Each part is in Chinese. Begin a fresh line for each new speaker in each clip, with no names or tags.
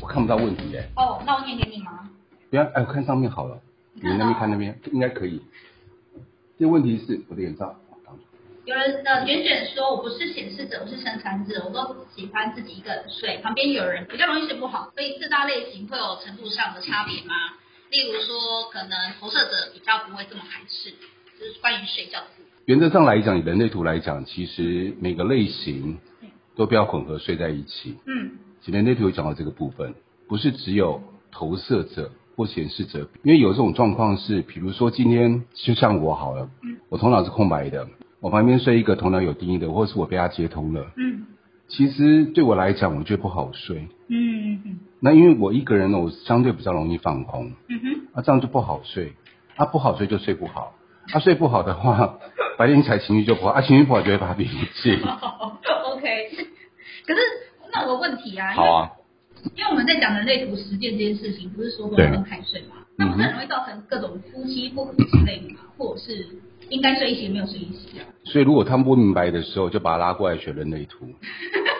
我看不到问题哎、
哦，那我念给你吗？
不要，哎，我看上面好了，你那边看那边应该可以。这问题是我的眼罩，啊挡住
有人呃卷卷说，我不是显示者，我是生产者，我都喜欢自己一个人睡，旁边有人比较容易睡不好，所以四大类型会有程度上的差别吗？例如说，可能投射者比较不会这么排斥，就是关于睡觉的部分。
原则上来讲，以人类图来讲，其实每个类型都不要混合睡在一起。
嗯
其实人类图有讲到这个部分，不是只有投射者或显示者，因为有这种状况是，比如说今天就像我好了
嗯，
我头脑是空白的，我旁边睡一个头脑有定义的，或是我被他接通了，
嗯
其实对我来讲，我觉得不好睡。
嗯嗯
那因为我一个人呢，我相对比较容易放空，
嗯哼，
啊，这样就不好睡，啊，不好睡就睡不好，啊，睡不好的话，白天起来情绪就不好，啊，情绪不好就会发脾气。
好，OK。可是那我有问题啊，因为
好啊，
因为我们在讲人类图实践这件事情，不是说不能太睡嘛，
嗯
那不是很容易造成各种夫妻不和之类的嘛，或者是应该睡一些没有睡一些啊。
所以如果他们不明白的时候，就把他拉过来学人 类图，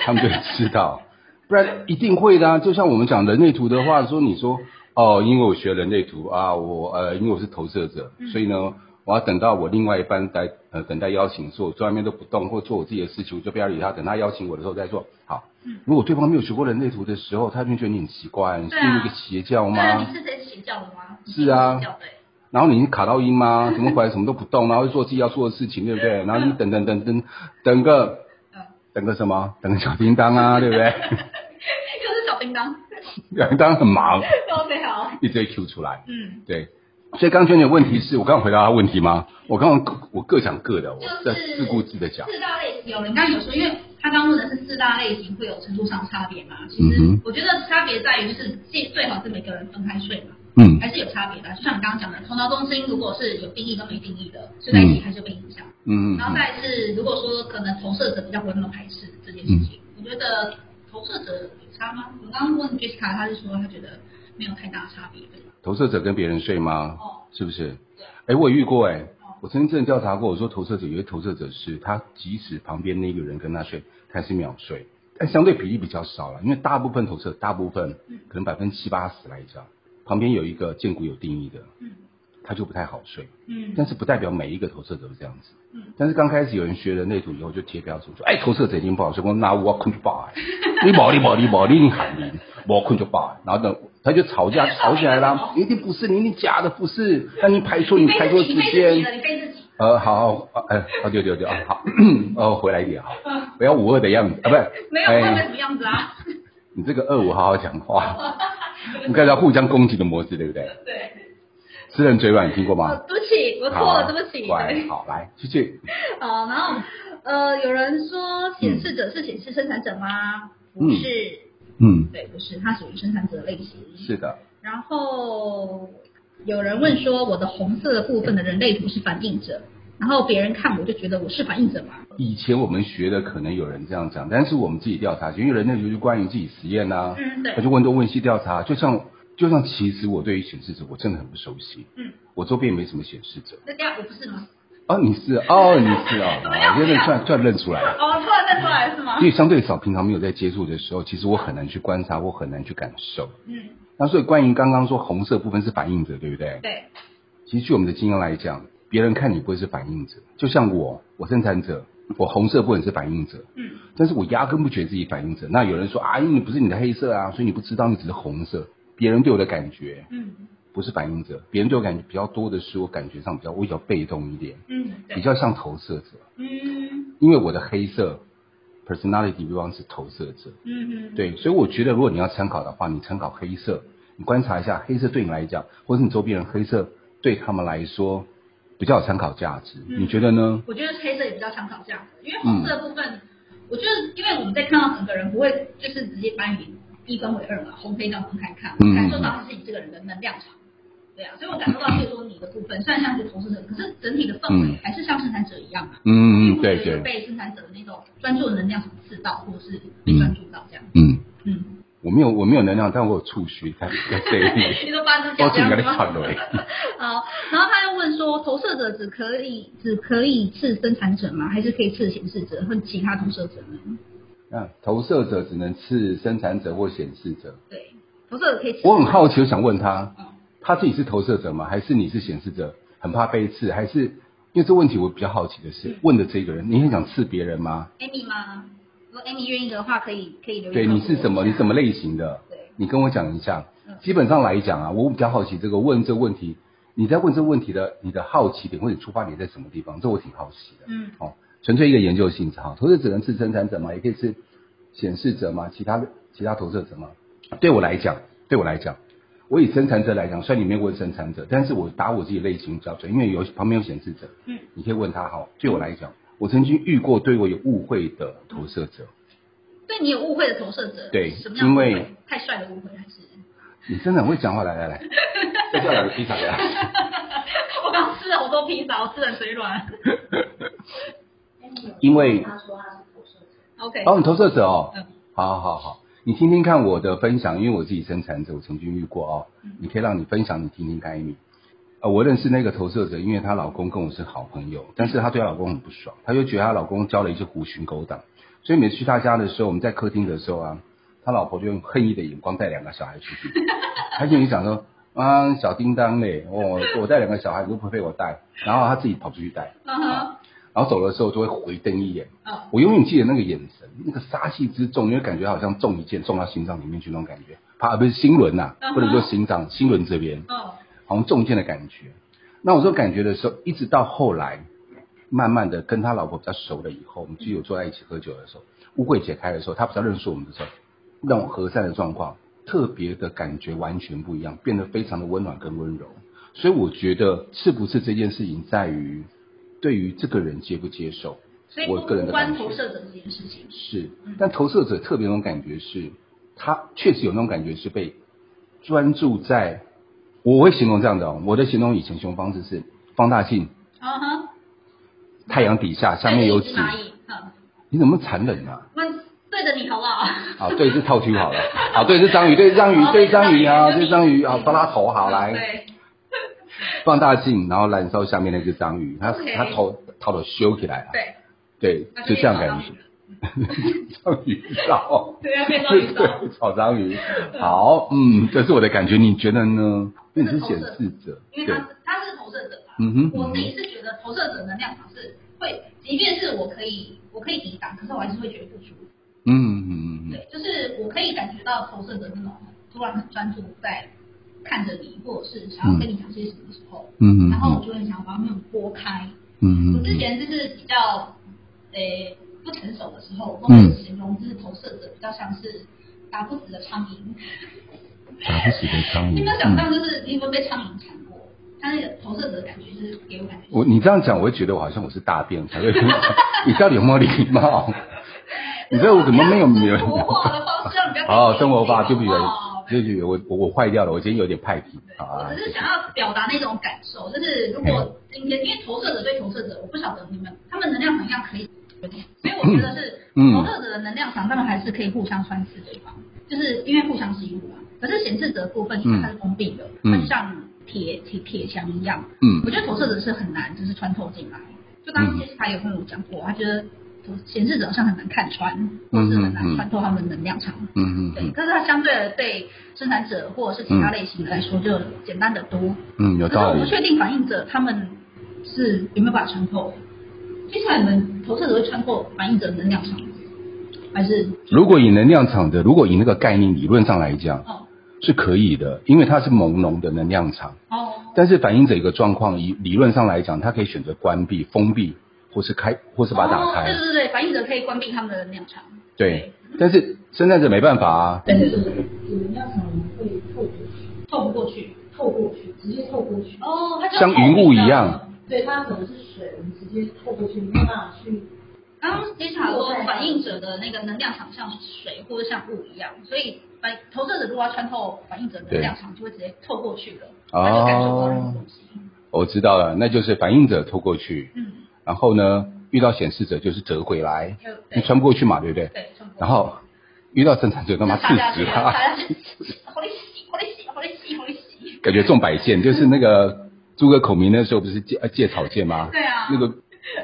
他们就会知道，不然一定会的啊。就像我们讲人类图的话，说你说哦，因为我学人类图啊，我呃，因为我是投射者，
嗯
所以呢。我要等到我另外一半在呃等待邀请，所以我坐在那边都不动，或做我自己的事情，我就不要理他，等他邀请我的时候再做。好，
嗯
如果对方没有学过人类图的时候，他就觉得你很奇怪，你是
对啊
一个邪教
对
吗？
啊，你是在邪教的欸吗？
是啊
你邪教对。
然后你已经卡到音吗？怎么回来什么都不动，然后就做自己要做的事情，对不对？然后你等等等等等个
嗯
等个什么？等个小叮当啊，对不对？
又是小叮当。
小叮当很忙，
OK，好。
一堆 Q 出来，
嗯，
对。所以刚刚你的问题是我刚刚回答他问题吗？我刚刚我各讲各的，我
就
在
是
自顾自的讲。
四大类有人刚刚有说，因为他刚问的是四大类型会有程度上差别嘛，其
嗯
实
哼
我觉得差别在于是最最好是每个人分开睡嘛。
嗯
还是有差别的。啊就像你刚刚讲的，头脑中心如果是有定义跟没定义的，睡在一起它就被影响。
嗯嗯
然后
嗯，
再来是，如果说可能投射者比较不会那么排斥这件事情，
嗯
我觉得投射者有差吗？我刚刚问 Jessica，他是说他觉得没有太大差别，对吧？
投射者跟别人睡吗？
哦
是不是？
对啊，
哎，我也遇过哎
哦，
我曾经真的调查过，我说投射者有些投射者是他即使旁边那个人跟他睡，他还是秒睡，但相对比例比较少了，因为大部分投射大部分
嗯
可能百分之七八十来讲，旁边有一个见骨有定义的，
嗯
他就不太好睡，
嗯
但是不代表每一个投射者都这样子。
嗯，
但是刚开始有人学人类图以后，就贴标签说：“哎，投射者已经不好睡，我那我困就爆哎， 你冇你冇你冇你喊你，我困就爆。”然后呢，他就吵架吵起来啦，你一定不是你，你假的不是，那你排错
哦你
你
背
排
自
错
己，
时
你背自己
间
了，。你背自己。
呃，好，好呃，好，对对对，啊好， 哦，回来一 点啊，不要五二的样子啊，不是，
没有，会成什么样子啊？
你这个二五好好讲话， 你看到互相攻击的模式，对不对？
对，
吃人嘴软，你听过
哦
吗？，
对不起，我错了，对不起。
乖，好，来，继续。
好，然后呃，有人说显示者是显示生产者吗？不
嗯
是，
嗯，
对，不是，它属于生产者类型。
是的，
然后有人问说，我的红色的部分的人类图是反应者，然后别人看我就觉得我是反应者嘛？
以前我们学的可能有人这样讲，但是我们自己调查，因为人类就是关于自己实验呐、
嗯，对
啊我，就问东问西调查，就像就像其实我对于显示者我真的很不熟悉，
嗯，
我周边也没什么显示者。
那这样我不是吗？
哦，你是哦，你是哦，
怎么样
好真的突然突然认出来了。
哦，突然认出来了是吗
因？为相对少，平常没有在接触的时候，其实我很难去观察，我很难去感受。
嗯，
那所以关于刚刚说红色部分是反应者，对不对？
对，
其实据我们的经验来讲，别人看你不会是反应者，就像我，我生产者，我红色部分是反应者，
嗯
但是我压根不觉得自己反应者。那有人说啊，因为你不是你的黑色啊，所以你不知道你只是红色。别人对我的感觉
嗯
不是反应者，别人对我感觉比较多的是我感觉上比较我比较被动一点，
嗯，
比
对，
较像投射者，
嗯
因为我的黑色 personality 比方是投射者。
嗯嗯，
对，所以我觉得如果你要参考的话，你参考黑色，你观察一下黑色对你来讲，或是你周边人黑色对他们来说比较有参考价值，
嗯
你觉得呢？
我觉得黑色也比较常考这样子，因为红色的部分，我觉得因为我们在看到整个人不会就是直接把你一分为二嘛，红黑这样分开看，
嗯
感受到的是你这个人的能量场。对啊，所以我感受到最多你的部分，虽然像是投射者，可是整体的氛围
嗯
还是像生产者一样嘛。
嗯嗯，
并不是
对对，
被生产者的那种专注的能量所刺到，或是被专注到这样。
嗯，
嗯，
我没有我没有能量，但我有触须在在这里，
你都把自己
我
讲这样
自己给
子
你
吗？
传落来。
好，然后他又问说，投射者只可以只可以刺生产者吗？还是可以刺显示者或其他投射者呢？
那投射者只能是生产者或显示者，
对，投射者可以吃
我很好奇，我想问他
嗯，
他自己是投射者吗？还是你是显示者？很怕被刺，还是因为这问题我比较好奇的是，问的这个人，你很想刺别人吗？
Amy 吗？如果 Amy 愿意的话，可以可以留言
对
告诉我
你
一下。
是什么？你什么类型的？
对，
你跟我讲一下
嗯。
基本上来讲啊，我比较好奇这个问这问题，你在问这问题的，你的好奇点或者出发点在什么地方？这我挺好奇的。
嗯，
哦，纯粹一个研究性质哈。投射者能是生产者吗？也可以是显示者吗？其他的其他投射者吗？对我来讲，对我来讲，我以生产者来讲，虽然你没有问生产者，但是我打我自己类型比较准，因为有旁边有显示者，
嗯，
你可以问他哈。对我来讲，我曾经遇过对我有误会的投射者，
对你有误会的投射者，
对
什么样的误
因
会
为？
太帅的误会还是？
你真的很会讲话，来来来，再叫两个披萨给他。
我刚吃了好多披萨，我吃的嘴 软。
因为
他说他是投射者，
OK，
哦，你投射者哦
嗯，
好好好，你听听看我的分享，因为我自己生产者，我曾经遇过哦，你可以让你分享，你听听看，你。呃，我认识那个投射者，因为她老公跟我是好朋友，但是她对她老公很不爽，她就觉得她老公交了一只狐群狗党，所以每次去她家的时候，我们在客厅的时候啊，她老婆就用恨意的眼光带两个小孩出去，她心里想说啊，小叮当嘞，我我带两个小孩，你都不陪我带，然后她自己跑出去带，
嗯哼，
然后走的时候就会回瞪一眼，
嗯，
我永远记得那个眼神，那个杀气之重，你会感觉好像中一箭中到心脏里面去那种感觉，怕不是心轮呐、
嗯哼
不能说心脏，心轮这边
哦，
好像中箭的感觉。那我这种感觉的时候，一直到后来，慢慢的跟他老婆比较熟了以后，我们基友坐在一起喝酒的时候，乌柜解开的时候，他比较认识我们的时候，那种和善的状况，特别的感觉完全不一样，变得非常的温暖跟温柔。所以我觉得是不是这件事情在于对于这个人接不接受，
所以
我
不
个人的感
关
觉
投射者这件事情。
是
嗯，
但投射者特别那种感觉是，他确实有那种感觉是被专注在，我会形容这样的、哦，我的形容以前形容方式是放大镜，
嗯哼，
太阳底下下面有
对
纸
一只，蚂蚁，嗯，
你怎么残忍啊？
那对着你好不好？
啊，对，是套区好了，啊，对，是章鱼，对章鱼，对章鱼啊，对章鱼啊，帮他头好来，
对，
放大镜，然后燃烧下面那只章鱼，他
OK
他头头都修起来了，啊
对，
对，就这样感觉，章鱼烧。
对，要变成鱼烧。
对，炒章鱼。好，嗯，这是我的感觉，你觉得呢？因为你是显示者，
因为
对
他，是他是投射者嘛。
嗯哼
我自己
嗯
是觉得投射者能量场是会，即便是我可以我可以抵挡，可是我还是会觉得不舒服。
嗯嗯嗯嗯，
对，就是我可以感觉到投射者那种很突然很专注在看着你，或者是想要跟你讲些什么时候，
嗯
然后我
嗯
就很想把他们拨开。
嗯
我
嗯
之
嗯，
前就是比较诶、不成熟的时候，我
嗯
会形容就是投射者比较像是打不死的苍蝇。
打不死的章
你有
鱼
没有。想到，
嗯，
就是你有没有被苍蝇缠过？他那个投射者的感觉，就是给我感觉，
我你这样讲，我会觉得我好像我是大便才会。你到底有没有礼貌？你知道我怎么没有没有？
生活化的方式，让你不要被
哦，生活化，
被
对不起
哦，
对不起，我我我坏掉了，我今天有点派皮啊
我。只是想要表达那种感受，就是如
嗯
果今天因为投射者对投射者，我不晓得你们他们能量场一样可以，所以我觉得是
嗯
投射者的能量场当然还是可以互相穿刺对方，就是因为互相吸入嘛。可是显示者的部分，因为它是封闭的，
嗯
它就像铁铁铁墙一样。
嗯
我觉得投射者是很难就是穿透进来。就刚刚其实他有跟我讲过，他觉得投显示者好像很难看穿，或者是很
嗯嗯
难
嗯
穿透他们的能量场。
嗯嗯
对，
嗯
但是它相对的对生产者或者是其他类型的来说就简单的多。
嗯，有
可是
道
我
理
不。确定反应者他们是有没有办法穿透。接下来你们投射者会穿透反应者的能量场，还是
如果以能量场的，如果以那个概念理论上来讲，
哦
是可以的，因为它是朦胧的能量场。
哦
但是反映者一个状况，以理论上来讲，它可以选择关闭、封闭，或是开，或是把它打
哦对
开。
对对，反应者可以关闭他们的能量场。
对，但是生产者没办法啊。
对对
就
对，
是有人要从会透过去，
透不过去。
透过去，直接透过去。
哦，它就
像云雾一样。
对，它可能是水，我们直接透过去，没有办法去。
刚刚 Lisa 说反应者的那个能量场像水或者像雾一样，所以反投射者如果要穿透反应者的能量场，就会直接透过去了，
哦
他就感受不到任何东西。
我知道了，那就是反映者透过去，
嗯，
然后呢，遇到显示者就是折回来，
就
你
对
穿不过去嘛，对不对？
对，穿过去
然后遇到生产 者，他妈
就插
刺
下去
死啊
了，
他，
插下去，好嘞洗，好嘞洗，好嘞洗，好嘞洗。
感觉中百箭，就是那个诸葛孔明那时候不是借呃借草箭吗？
对啊，
那个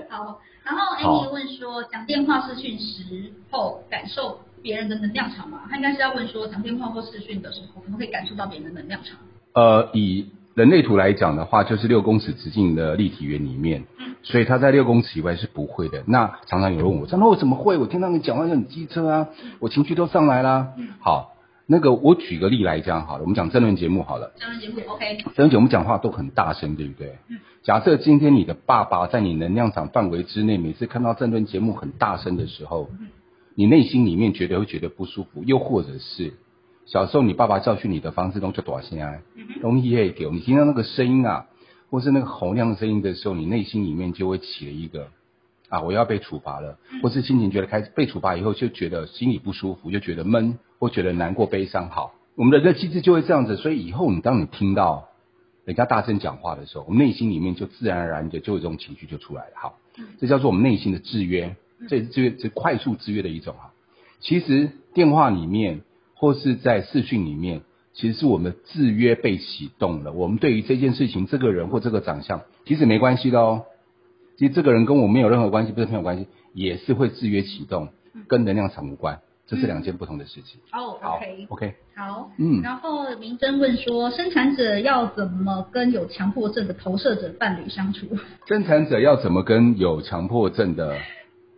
好。然后
好
Amy 问说，讲电话视讯时后感受别人的能量场嘛？他应该是要问说，讲电话或视讯的时候，可不可以感受到别人的能量场？
呃，以人类图来讲的话，就是六公尺直径的立体圆里面，
嗯
所以它在六公尺以外是不会的。那常常有人问我，张洛我怎么会？我听到你讲话就很机车啊，我情绪都上来啦。
嗯
好，那个我举个例来讲好了，我们讲争论节目好了，
这样的节目 OK，
争论节目讲话都很大声，对不对？
嗯
假设今天你的爸爸在你能量场范围之内，每次看到争论节目很大声的时候，
嗯
你内心里面绝对会觉得不舒服，又或者是小时候你爸爸教训你的方式，都就躲起来。
嗯哼，
容易也给你听到那个声音啊，或是那个洪亮声音的时候，你内心里面就会起了一个啊，我要被处罚了，
嗯
或是心情觉得开始被处罚以后，就觉得心里不舒服，就觉得闷，或觉得难过、悲伤。好，我们人的机制就会这样子，所以以后你当你听到人家大声讲话的时候，我们内心里面就自然而然的就有这种情绪就出来了。好，这叫做我们内心的制约，这也是制约，这快速制约的一种啊。其实电话里面或是在视讯里面，其实是我们制约被启动了。我们对于这件事情、这个人或这个长相，其实没关系的哦。其实这个人跟我没有任何关系，不是朋友关系，也是会制约启动，跟能量场无关，这是两件不同的事情。
哦
好
OK，
，OK，
好。
嗯，
然后明真问说，生产者要怎么跟有强迫症的投射者伴侣相处？
生产者要怎么跟有强迫症的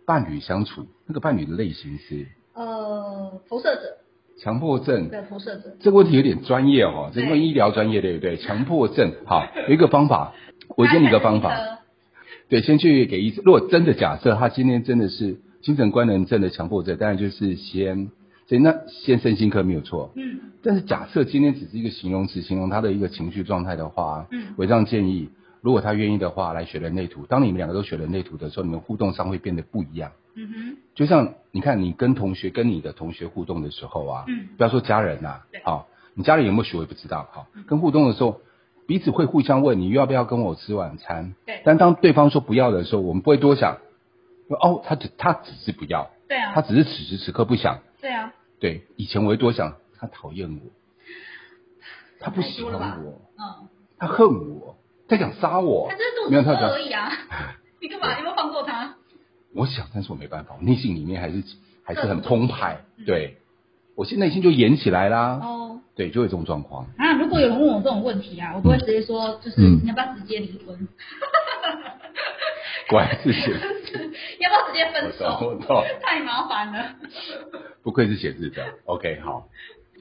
伴侣相处？那个伴侣的类型是
呃，投射者
强迫症，
的投射者，
这个问题有点专业哦，这
对
因为医疗专业对不对？强迫症，好，有一个方 法，我给你一个方法，对，先去给医生。如果真的假设他今天真的是精神官能症的强迫症，当然就是先，对，那先身心科没有错。
嗯
但是假设今天只是一个形容词，形容他的一个情绪状态的话，
嗯
我这样建议，如果他愿意的话，来学人类图。当你们两个都学人类图的时候，你们互动上会变得不一样。
嗯
就像你看，你跟同学、跟你的同学互动的时候啊，
嗯
不要说家人呐、
对
好、你家人有没有学我也不知道，好、跟互动的时候，彼此会互相问你要不要跟我吃晚餐，
对
但当对方说不要的时候，我们不会多想，说哦，他只他只是不要，
哼，对啊，
他只是此时此刻不想，
对啊，
对，以前我会多想，他讨厌我，他不喜
太多了吧
欢我，
嗯，
他恨我，他想杀我
他，就是肚
没
子
有他
饿
讲
而已啊，你干嘛？你有没有放过 他？
我想，但是我没办法，我内心里面还是还是很
各种
澎湃
嗯，
对，我现在内心就演起来啦，
哦
对，就有这种状况。
啊，如果有人问我这种问题啊，我都会直接说，就是
嗯
你要不要直接离婚？
果然是写，
要不要直接
我
分
懂我
手？
懂，
太麻烦了，
不愧是写字的。OK，好，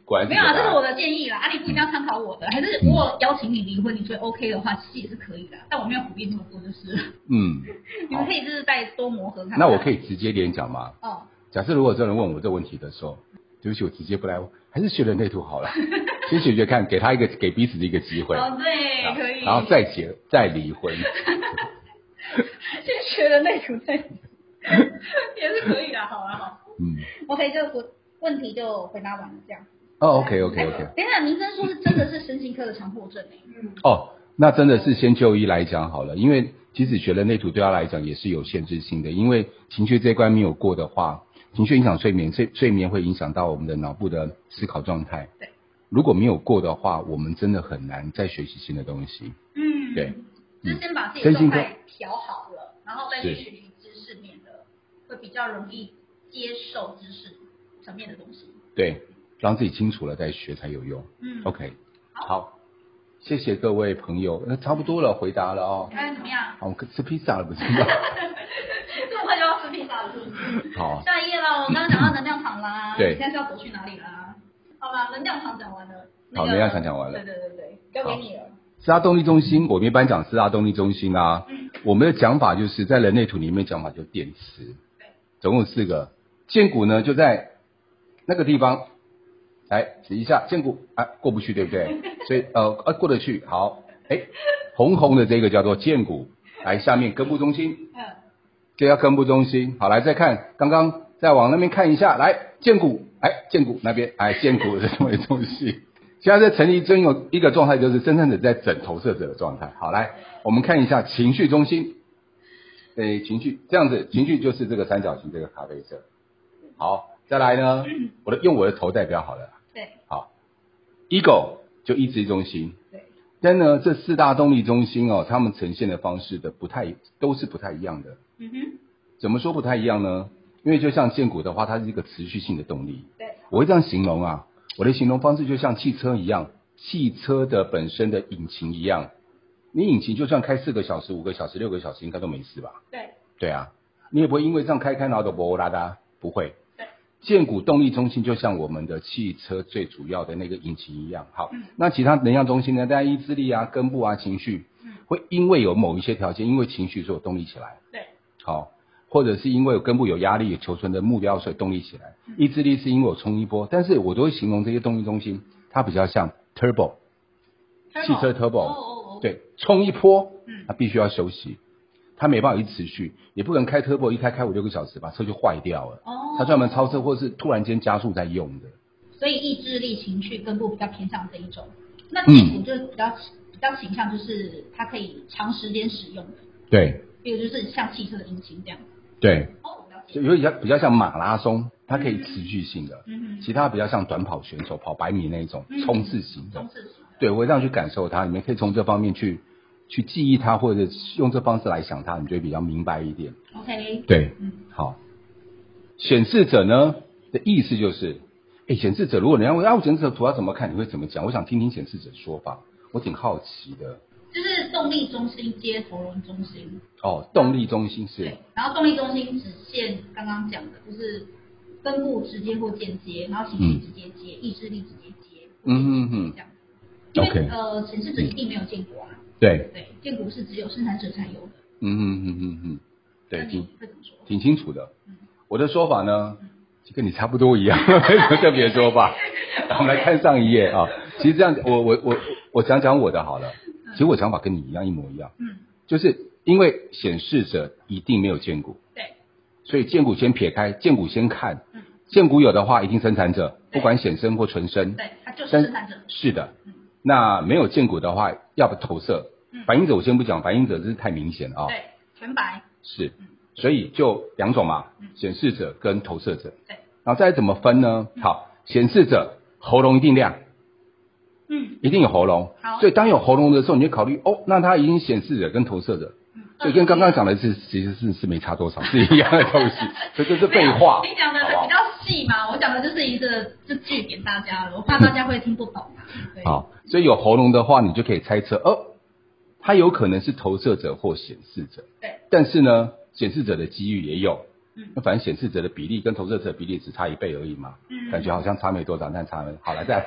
果然是
没有啊，
答
这
案
是我的建议啦，啊，你不一定要参考我的，还
嗯
是我邀请你离婚，你觉得 OK 的话，其实也是可以的，啊但我没有鼓励那么多，就是了
嗯，
你们可以就是再多磨合看看。
那我可
以
以直接连讲吗？
哦，
假设如果有人问我这个问题的时候，对不起，我直接不来，还是学人类图 好了，先解决看，给他一个给彼此的一个机会，
哦对，可以，
然后再结再离婚。
先学人类图再也是可以的，好啊好
嗯，
，OK 就我问题就回答完了这样。哎
哦，OK OK OK，
等一下，明真说是真的是身心科的强迫症哎、
嗯，
哦，那真的是先就医来讲好了，因为其实学人类图对他来讲也是有限制性的，因为情绪这一关没有过的话，情绪影响睡眠，睡睡眠会影响到我们的脑部的思考状态。
对，
如果没有过的话，我们真的很难再学习新的东西。
嗯，
对，
就先把自己
身
的
心
状
科
态调好了，然后再去
是
学习知识面的，会比较容易接受知识层面的东西。
对，让自己清楚了再学才有用。
嗯
OK，好，谢谢各位朋友，那差不多了，回答了哦。
哎，怎么样？
好，我吃披萨了，不是吗？
这么快就要吃披萨了，是不是？
好，
下一页喽，刚刚讲到能量场啦，
对
你现在是要走去哪里啦？好啦，能量场讲完了。那
好
个
能量场讲完了
对对对对，交给你了。
四大动力中心，我们一般讲四大动力中心啊，
嗯
我们的讲法就是在人类图里面讲法就是电池
对，
总共有四个。剑骨呢就在那个地方，来指一下剑骨啊，过不去对不对？所以呃啊过得去，好，哎，红红的这个叫做剑骨，来下面根部中心，
嗯，
这叫根部中心。好，来再看，刚刚再往那边看一下，来剑骨，哎，剑骨那边，哎，剑骨的这么一个东西。 现在在成立真有一个状态，就是生产者在整投射者的状态。好，来我们看一下情绪中心，对，情绪这样子，情绪就是这个三角形，这个咖啡色。好，再来呢，我的用我的头代表好了。
对
好，ego 就意志中心。
对，
但呢，这四大动力中心哦，他们呈现的方式的不太都是不太一样的。
嗯哼，
怎么说不太一样呢因为就像建股的话，它是一个持续性的动力。
对，
我会这样形容啊，我的形容方式就像汽车一样，汽车的本身的引擎一样，你引擎就算开四个小时、五个小时、六个小时，应该都没事吧？
对，
对啊，你也不会因为这样开开然后就波啦啦，不会
对。
建股动力中心就像我们的汽车最主要的那个引擎一样，好
嗯，
那其他能量中心呢？大家意志力啊、根部啊、情绪
嗯，
会因为有某一些条件，因为情绪所以有动力起来，
对，
好，或者是因为有根部有压力、有求存的目标，所以动力起来。
嗯
意志力是因为我冲一波，但是我都会形容这些动力中心，它比较像 turbo，汽车 turbo
哦哦哦，，
对，冲一波，
嗯
它必须要休息，它没办法一直持续，你不可能开 turbo 一开开五六个小时，把车就坏掉了。
哦，
它专门超车或是突然间加速在用的。
所以意志力、情绪根部比较偏向这一种。那
嗯
屁股就比较、比较倾向就是它可以长时间使用的，
对
比如就是像汽车的引擎这样。
对，
哦，我了解。
就有比较比较像马拉松，它可以持续性的，
嗯
其他比较像短跑选手跑百米那一种
嗯
冲刺型
哼，
的
中。式型的。
对，我会这样去感受它，你们可以从这方面去去记忆它，或者用这方式来想它，你就会比较明白一点。
OK，
对，
嗯，
好，显示者呢的意思就是，哎，显示者，如果人家问啊，我显示者图要怎么看，你会怎么讲？我想听听显示者说法，我挺好奇的。
就是动力中心接佛轮中心，
哦，动力中心是
对，然后动力中心只限刚刚讲的，就是根部直接或间接，然后情绪
嗯
直接接，意志力直接接，
嗯嗯嗯
这样。因为
OK
呃，显示者一定没有见过啊，
对，
对，见过是只有生产者才有的。
嗯嗯嗯嗯嗯，对，
那你
挺
会怎么说？
挺清楚的
嗯。
我的说法呢，就跟你差不多一样， 没什么特别说 法。我们来看上一页啊，其实这样，我我我我讲讲我的好了。其实我想法跟你一样，一模一样，
嗯，
就是因为显示者一定没有见过，
对，
所以荐股先撇开，荐股先看，
嗯，
荐股有的话一定生产者，
对
不管显生或纯生，
对，他就是
但
生产者。
是的
嗯，
那没有荐股的话，要不投射
嗯，
反应者我先不讲，反应者真是太明显了啊，
对，全白。
是
嗯，
所以就两种嘛
嗯，
显示者跟投射者，
对，
然后再来怎么分呢？好，显示者喉咙一定亮，
嗯，
一定有喉咙
好，
所以当有喉咙的时候，你就考虑哦，那它已经显示者跟投射者，
嗯
所以跟刚刚讲的是其实是是没差多少，是一样的 东西，所以这是废话，
你讲的
好不好
比较细嘛，我讲的就是一个就句给大家了，我怕大家会听不懂啊。对，
好，所以有喉咙的话，你就可以猜测哦，它有可能是投射者或显示者。
对，
但是呢，显示者的机遇也有。
嗯
那反正显示者的比例跟投射者比例只差一倍而已嘛，
嗯
感觉好像差没多少，但差了。好了，再来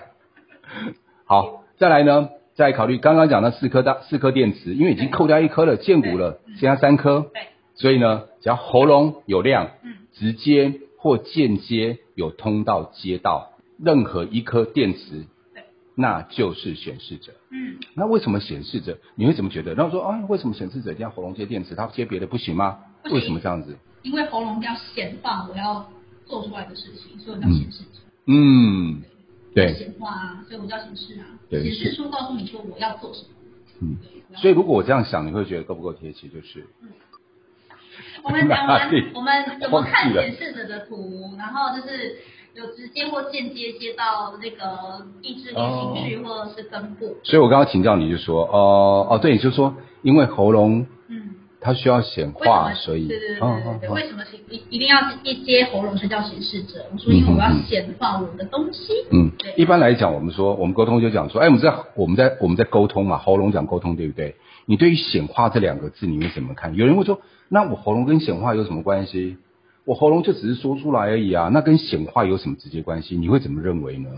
好，再来呢，再考虑刚刚讲的四颗大四颗电池，因为已经扣掉一颗了，见骨了，剩下三颗，
对，
所以呢，只要喉咙有量，
嗯，
直接或间接有通道接到任何一颗电池
对，
那就是显示者。
嗯，
那为什么显示者？你会怎么觉得？然后说啊，为什么显示者一定要喉咙接电池？他接别的不行吗？
不行
为什么这样子？
因为喉咙要显放我要做出来的事情，所以我叫显示者。
嗯，对，
显化啊，所以我叫显示啊，
对
显示出告诉你说我要做什么。
嗯
对，我要
所以如果我这样想，你会觉得够不够贴切？就是
我们讲
哪
完
里，
我们怎么看
忘记了
显示者的图，然后就是有直接或间接接到那个意志力、
哦
情绪或者是根部。
所以我刚刚请教你就说，哦、哦，对，你就说因为喉咙
嗯，
它需要显
为什么
化，？所以
对对对
哦
对对，
哦哦
为什么是一一定要一接喉咙就叫显示者？我说因为我要显化我的东西。
嗯
对，
一般来讲，我们说我们沟通就讲说，哎，我们在我们在我们在沟通嘛，喉咙讲沟通，对不对？你对于显化这两个字，你会怎么看？有人会说，那我喉咙跟显化有什么关系？我喉咙就只是说出来而已啊，那跟显化有什么直接关系？你会怎么认为呢？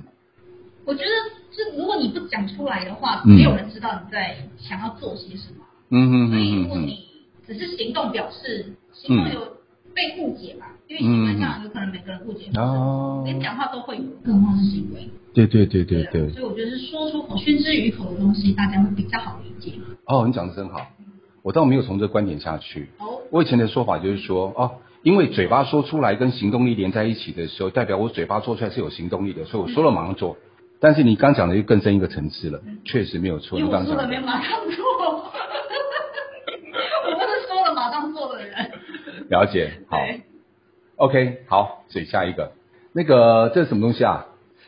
我觉得是，如果你不讲出来的话，
嗯
没有人知道你在想要做些什么。
嗯
所以如
嗯嗯
果
嗯
你只是行动表示，行动有被误解吧，因为行为上有可能每个人误解，
嗯，哦，
连讲话都会有，更何况是行为。
对对对对
啊
对，
所以我觉得是说出口、宣之于口的东西，大家会比较好理解。
哦，你讲的真好，我倒没有从这观点下去。
哦，
我以前的说法就是说，哦，因为嘴巴说出来跟行动力连在一起的时候，代表我嘴巴做出来是有行动力的，所以我说了马上做。但是你刚讲的就更深一个层次了，确实没有错。
因
你
为我
刚
说
讲
了没
的，
马上做， 我不是说了马上做的人。
了解，好
对
，OK，好，所以下一个，那个这是什么东西啊？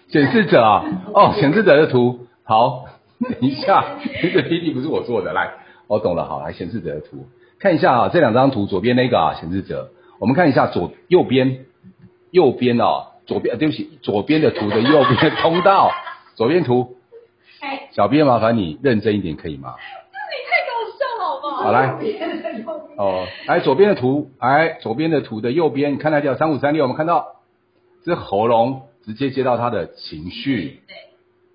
显示者啊，哦，显示者的图，好，等一下，这个 PPT 不是我做的，来，我懂了，好，来显示者的图，看一下啊，这两张图，左边那个啊，显示者，我们看一下左右边右边哦，左边，对不起，左边的图的右边通道，左边图，
哎，
小编麻烦你认真一点可以吗？
这好不好？
好来，哦，来左边的图，来左边的图的右边，你看那条三五三六，我们看到这喉咙直接接到他的情绪，
对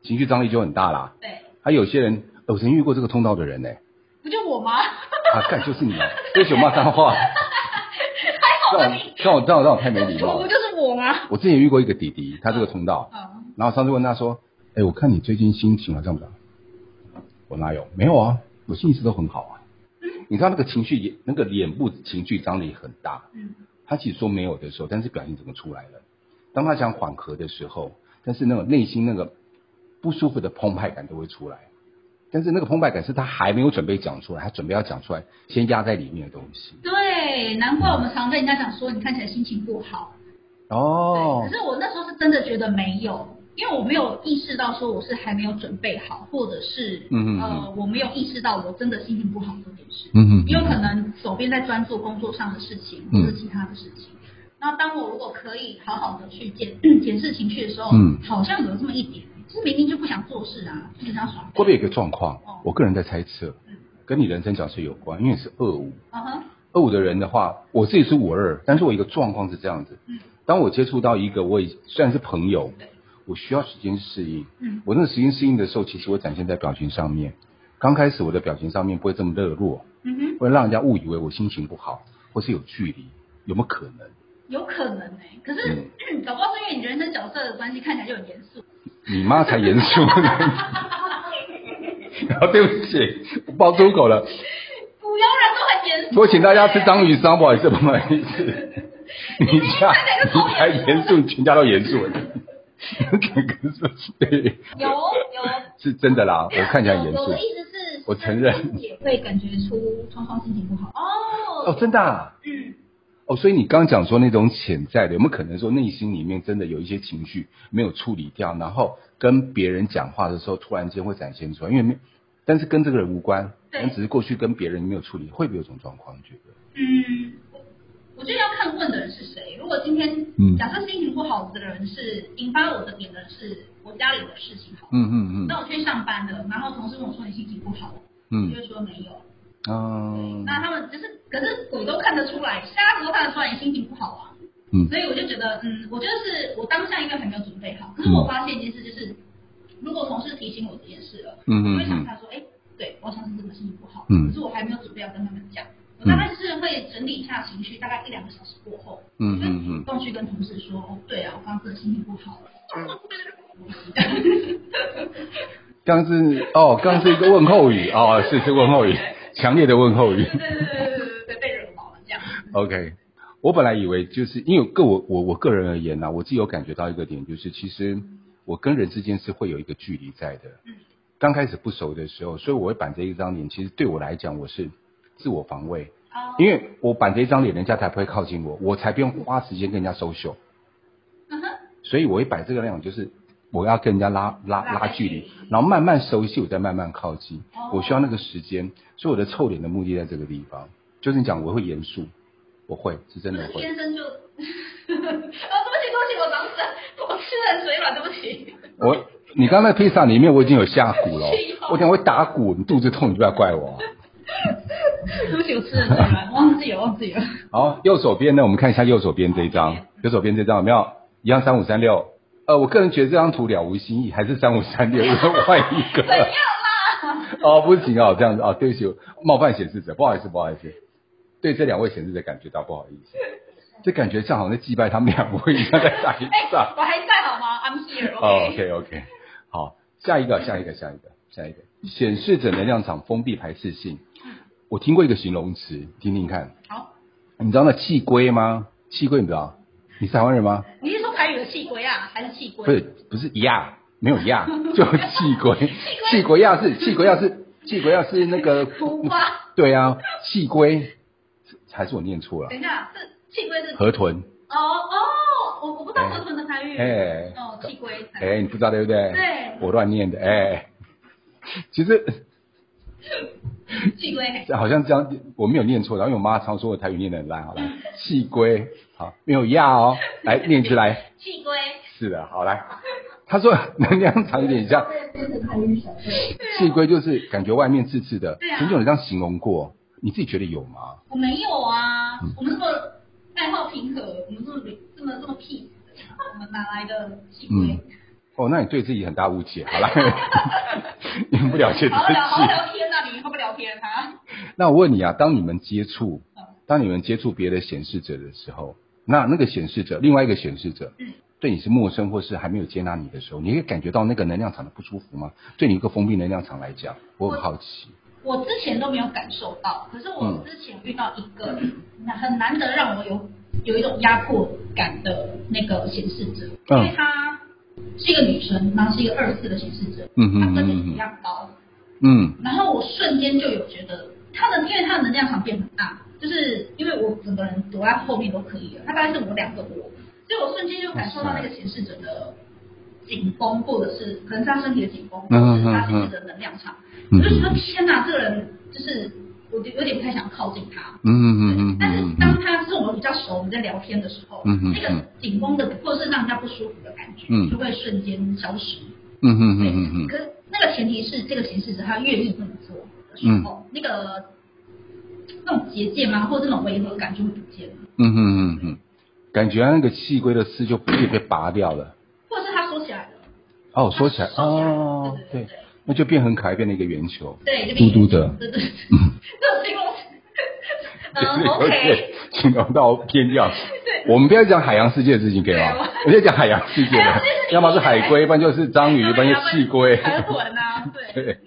情绪张力就很大啦。
对，
还有些人，呃我曾遇过这个通道的人呢、
不就我吗？
啊，干就是你啊，对不起，我骂脏话，
还好吧
让我
你，
让我让我让我太没 礼
我
貌
不
了。
就是我吗？
我之前遇过一个弟弟，他这个通道，
嗯，
然后上次问他说：“哎、我看你最近心情啊好像不好。”我哪有？没有啊，我心情一直都很好啊。你知道那个情绪也那个脸部情绪张力很大。
嗯
他其实说没有的时候，但是表情怎么出来了？当他想缓和的时候，但是那种内心那个不舒服的澎湃感都会出来。但是那个澎湃感是他还没有准备讲出来，他准备要讲出来，先压在里面的东西。
对，难怪我们常被人家讲说你看起来心情不好。
哦
对，可是我那时候是真的觉得没有，因为我没有意识到说我是还没有准备好，或者是
嗯嗯嗯
呃，我没有意识到我真的心情不好这件事。
嗯哼
因为可能手边在专注工作上的事情，或
嗯
者其他的事情。那当我如果可以好好的去检 检视情绪的时候，
嗯
好像有这么一点，就是明明就不想做事啊，就是想耍
会不会有一个状况
哦？嗯
我个人在猜测，跟你人生角色有关，因为你是二五，
啊哈，
二五的人的话，我自己是五二，但是我有一个状况是这样子
嗯，
当我接触到一个我已虽然是朋友，我需要时间适应，
嗯
我那个时间适应的时候，其实我展现在表情上面。刚开始我的表情上面不会这么热络，
嗯哼，
会让人家误以为我心情不好，或是有距离，有没有可能？
有可能哎、可是、
嗯
搞不好是因为你人生角色的关系，看起来就很严肃。
你妈才严肃 呢。然后对不起，我爆粗口了。
古妖人都很严肃，
我请大家吃章鱼烧，不好意思，不好意思。你家你才严肃，全家都严肃了。 对，
有有。
是真的啦，我看起来很严
我
肃
的。意思是，
我承认
也会感觉出双双心情不好哦。
哦，真的、啊。
嗯，
哦，所以你刚刚讲说那种潜在的，有没有可能说内心里面真的有一些情绪没有处理掉，然后跟别人讲话的时候突然间会展现出来，因为没，但是跟这个人无关，
对
但只是过去跟别人没有处理，会不会有这种状况？你觉得？
嗯，我我觉得要看问的人是谁。如果今天，
嗯
假设心情不好的人是引发我的点的人是我家里的事情好，
嗯嗯
那我去上班了，然后同事跟我说你心情不好，我
嗯
就说没有。
嗯，哦，
那他们就是，可是鬼都看得出来，瞎子都看得出来你心情不好啊。
嗯
所以我就觉得，嗯，我就是我当下应该还没有准备
嗯
好。可是我发现一件事，就是如果同事提醒我这件事了，
嗯嗯
我会想
嗯
一下说，哎、对我上次真的心情不好，
嗯
可是我还没有准备要跟他们讲。我大概是会整理一下情绪，大概一两个小时过后，我
嗯嗯
会
嗯
主动去跟同事说，哦，对啊，我刚刚真的心情不好。
刚是哦，刚是一个问候语哦，是是问候语，强烈的问候语
对。对对对对对对，被惹毛了这样。
OK，我本来以为就是因为个我我我个人而言呢、我自己有感觉到一个点，就是其实我跟人之间是会有一个距离在的。
嗯
刚开始不熟的时候，所以我会板着一张脸，其实对我来讲，我是自我防卫，
哦，
因为我板着一张脸，人家才不会靠近我，我才不用花时间跟人家 social，
嗯哼，
所以我会摆这个样，就是我要跟人家拉拉
拉
拉距
距
离
离，
然后慢慢熟悉，我再慢慢靠近，
哦
我需要那个时间，所以我的臭脸的目的在这个地方，就是你讲我会严肃，我会是真
不
的
是
会。
天生就，哦，对不起，对不起，我长舌，我吃的很嘴软，对不起。
我，你刚才披萨里面我已经有下蛊了，我等下会打鼓，你肚子痛你就不要怪我。
对不起，我吃的很嘴软，忘记了，忘 记了。
好，右手边呢，我们看一下右手边这一张，右手边这张有没有一样三五三六？呃，我个人觉得这张图了无新意，还是三五三六，又换一 个。
怎样啦？
哦，不行哦，这样子哦，对不起，冒犯显示者，不好意思，不好意思，对这两位显示者感觉到不好意思，这感觉像好像在祭拜他们两位一样在打一
哎、
仗。
我还在好吗？I'm here，OK、
啊哦，OK OK，好，下一个，下一个，下一个，下一个，显示者能量场封闭排斥性。我听过一个形容词，听听看，
好，
你知道那气龟吗？气龟你知道？你是台湾人吗？
你是说台语的气龟啊，还是气龟？
不是，不是亚，没有亚，就气龟。气龟亚是气龟亚是气龟亚是那个
苦瓜。
对啊，气龟，还是我念错了
等？一下，这气龟是
河豚，
哦哦，我我不知道河豚的台语。
哎
哦，气龟。
哎、你不知道对不对？
对
我乱念的，哎、其实
气龟，
好像这样，我没有念错，然后因为我妈常说我台语念得很烂，好来，气龟，好，没有压哦，来念出来，
气龟，
是的，好来，他说能量场景像
变成台语小队，
气龟，就是感觉外面刺刺的
对，啊
曾经有人这样形容过，你自己觉得有吗？
我没有啊，我们这么爱好平和，我们这么这么这么 peace，的我们哪来的气龟？
哦，那你对自己很大误解，好了， 你不了解自
好好聊，好好
己。
聊天呐、啊，你会不会聊天啊？
那我问你啊，当你们接触，当你们接触别的显示者的时候，那那个显示者，另外一个显示者
嗯，
对你是陌生或是还没有接纳你的时候，你会感觉到那个能量场的不舒服吗？对你一个封闭能量场来讲，我很好奇。
我之前都没有感受到，可是我
嗯
之前遇到一个、那很难得让我有有一种压迫感的那个显示者，
嗯
因为她是一个女生，然后是一个二四的显示者，
嗯
她
嗯
跟你
嗯
一
嗯
样高，
嗯
然后我瞬间就有觉得她的，因为她的能量场变很大，就是因为我整个人躲在后面都可以了，她大概是我两个我，所以我瞬间就感受到那个显示者的紧绷，或者是可能是她身体的紧绷，或嗯者是她显示者的能量场。
嗯
我就觉得
嗯
天哪，这个人就是我就有点不太想靠近他。
嗯嗯嗯嗯
但是
嗯
当他就是我们比较熟，我们在聊天的时候，
嗯嗯嗯
那个紧绷的或者是让人家不舒服的感觉，
嗯
就会瞬间消失。
嗯嗯
对
嗯嗯
可是那个前提是这个显示者他愿意这么做的
嗯
时候，那个那种结界嘛，或者那种违和感就会不见了，
嗯嗯嗯，感觉那个气龟的丝就不被拔掉了。
或者是他缩起来了。
哦，说起来
他缩起来了
哦，
对
对
对，
那就变很可爱，变成一个圆球。
对，对
嘟嘟的
对对对， 这种情 况， 嗯，OK。
形容到 偏掉。我们不要讲海洋世界的事情，可以吗？我就讲海洋世界
海洋
的
世界，是
要么是海龟，不然就是章鱼，不然就是细龟。
还有臀啊，对，
对，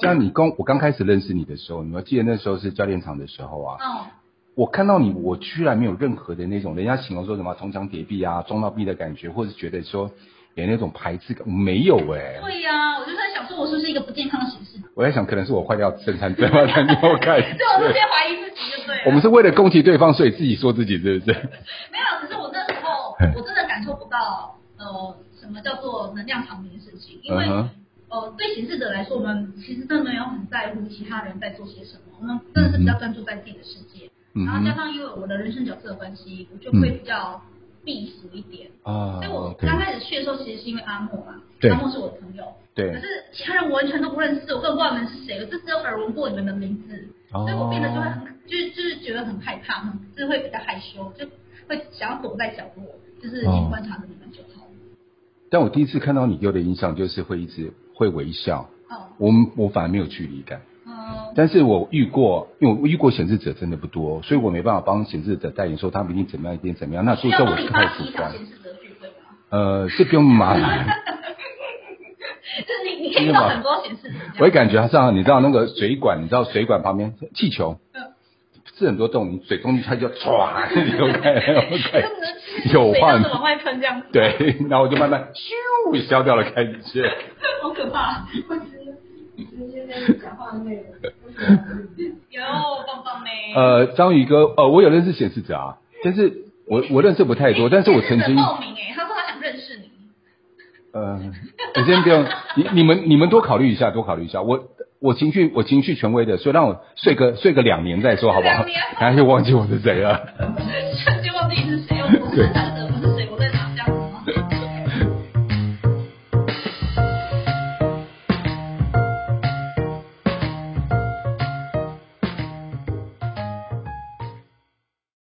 像你刚我刚开始认识你的时候，你要记得那时候是教练场的时候啊，
嗯，
我看到你，我居然没有任何的那种人家形容说什么铜墙铁壁啊、撞到壁的感觉，或者觉得说有那种排斥感，没有哎、
对呀、我就在想说，我是不是一个不健康的形式？
我在想，可能是我坏掉生产症吧，才没有感
对，我直接
觉。
怀疑自己就对了。
我们是为了攻击对方，所以自己说自己，是不是？
没有，只是我那时候我真的感受不到呃什么叫做能量场这件事情，因为、
嗯哼
呃对行事者来说，我们其实真的没有很在乎其他人在做些什么，我们真的是比较专注在自己的世界。
嗯
然后加
哼嗯
上因为我的人生角色的关系，我就会比较避俗一点。
啊
所以我
，OK，
刚开始去的时候，其实是因为阿莫嘛，
对
阿莫是我的朋友，可
对
是，其他人我完全都不认识，我根本不知道你们是谁，我就只有耳闻过你们的名字，
哦
所以我变得就会很，就是就是觉得很害怕，很就是会比较害羞，就会想要躲在角落，就是
哦
去观察着你们就好。
但我第一次看到你给我的印象就是会一直会微笑，
哦，
我们我反而没有距离感。
嗯，
但是我遇过，因为我遇过显示者真的不多，所以我没办法帮显示者代言，说他们一定怎么样，一定怎么样。那
需
就
要
在我
帮你
太
发起
主
一场
观，
闲适的聚会 吗？
呃，是不用麻烦。
就是你你可以遇到很多闲适的这
我
样，
也感觉像你知道那个水管，你知道水管旁边气球
嗯，
是很多洞，你水冲进去它就唰流开，流
哎
开，哎有
水
换
是往外喷这样子，
对，然后我就慢慢咻消掉了感觉。
好可怕。
直接那个啊讲话的内容，为什么
有棒棒呢。
呃，章鱼哥，呃，我有认识显示者啊，但是我我认识不
哎
太多，但是我曾经，
报名哎，他说他想认识你。
呃，你先不用，你你们你们多考虑一下，多考虑一下，我。我情绪我情绪权威的，所以让我睡个睡 个两年再说好不好
两年？
然后就忘记我是谁了。
瞬间忘记是谁，我不是那个